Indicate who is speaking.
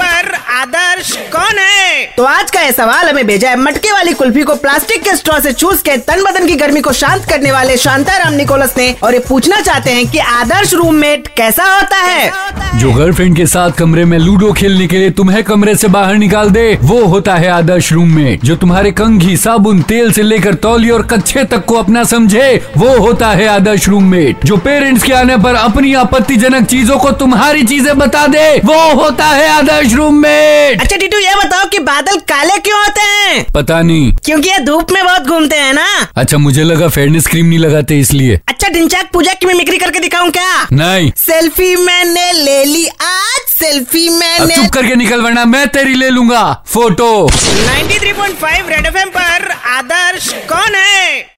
Speaker 1: पर आदर्श कौन है
Speaker 2: तो आज का ये सवाल हमें भेजा है मटके वाली कुल्फी को प्लास्टिक के स्ट्रॉ से चूस के तन बदन की गर्मी को शांत करने वाले शांताराम निकोलस ने और ये पूछना चाहते हैं कि आदर्श रूममेट कैसा होता है
Speaker 3: जो गर्लफ्रेंड के साथ कमरे में लूडो खेलने के लिए तुम्हें कमरे से बाहर निकाल दे वो होता है आदर्श रूम में जो तुम्हारे कंघी साबुन तेल से लेकर तौली और कच्छे तक को अपना समझे वो होता है आदर्श रूम में जो पेरेंट्स के आने पर अपनी आपत्तिजनक चीजों को तुम्हारी चीजें बता दे वो होता है आदर्श रूम में
Speaker 2: अच्छा टीटू ये बताओ कि बादल काले क्यों होते हैं
Speaker 3: पता नहीं
Speaker 2: क्योंकि ये धूप में बहुत घूमते हैं ना
Speaker 3: अच्छा मुझे लगा फेयरनेस क्रीम नहीं लगाते इसलिए
Speaker 2: अच्छा ढिंचाक पूजा की मिमिक्री करके दिखाऊं क्या
Speaker 1: हम्म।
Speaker 3: नहीं
Speaker 2: सेल्फी मैंने ले ली आज सेल्फी
Speaker 3: अब
Speaker 2: मैंने
Speaker 3: चुप करके निकल वरना मैं तेरी ले लूंगा फोटो
Speaker 1: 93.5 रेड एफएम पर आदर्श कौन है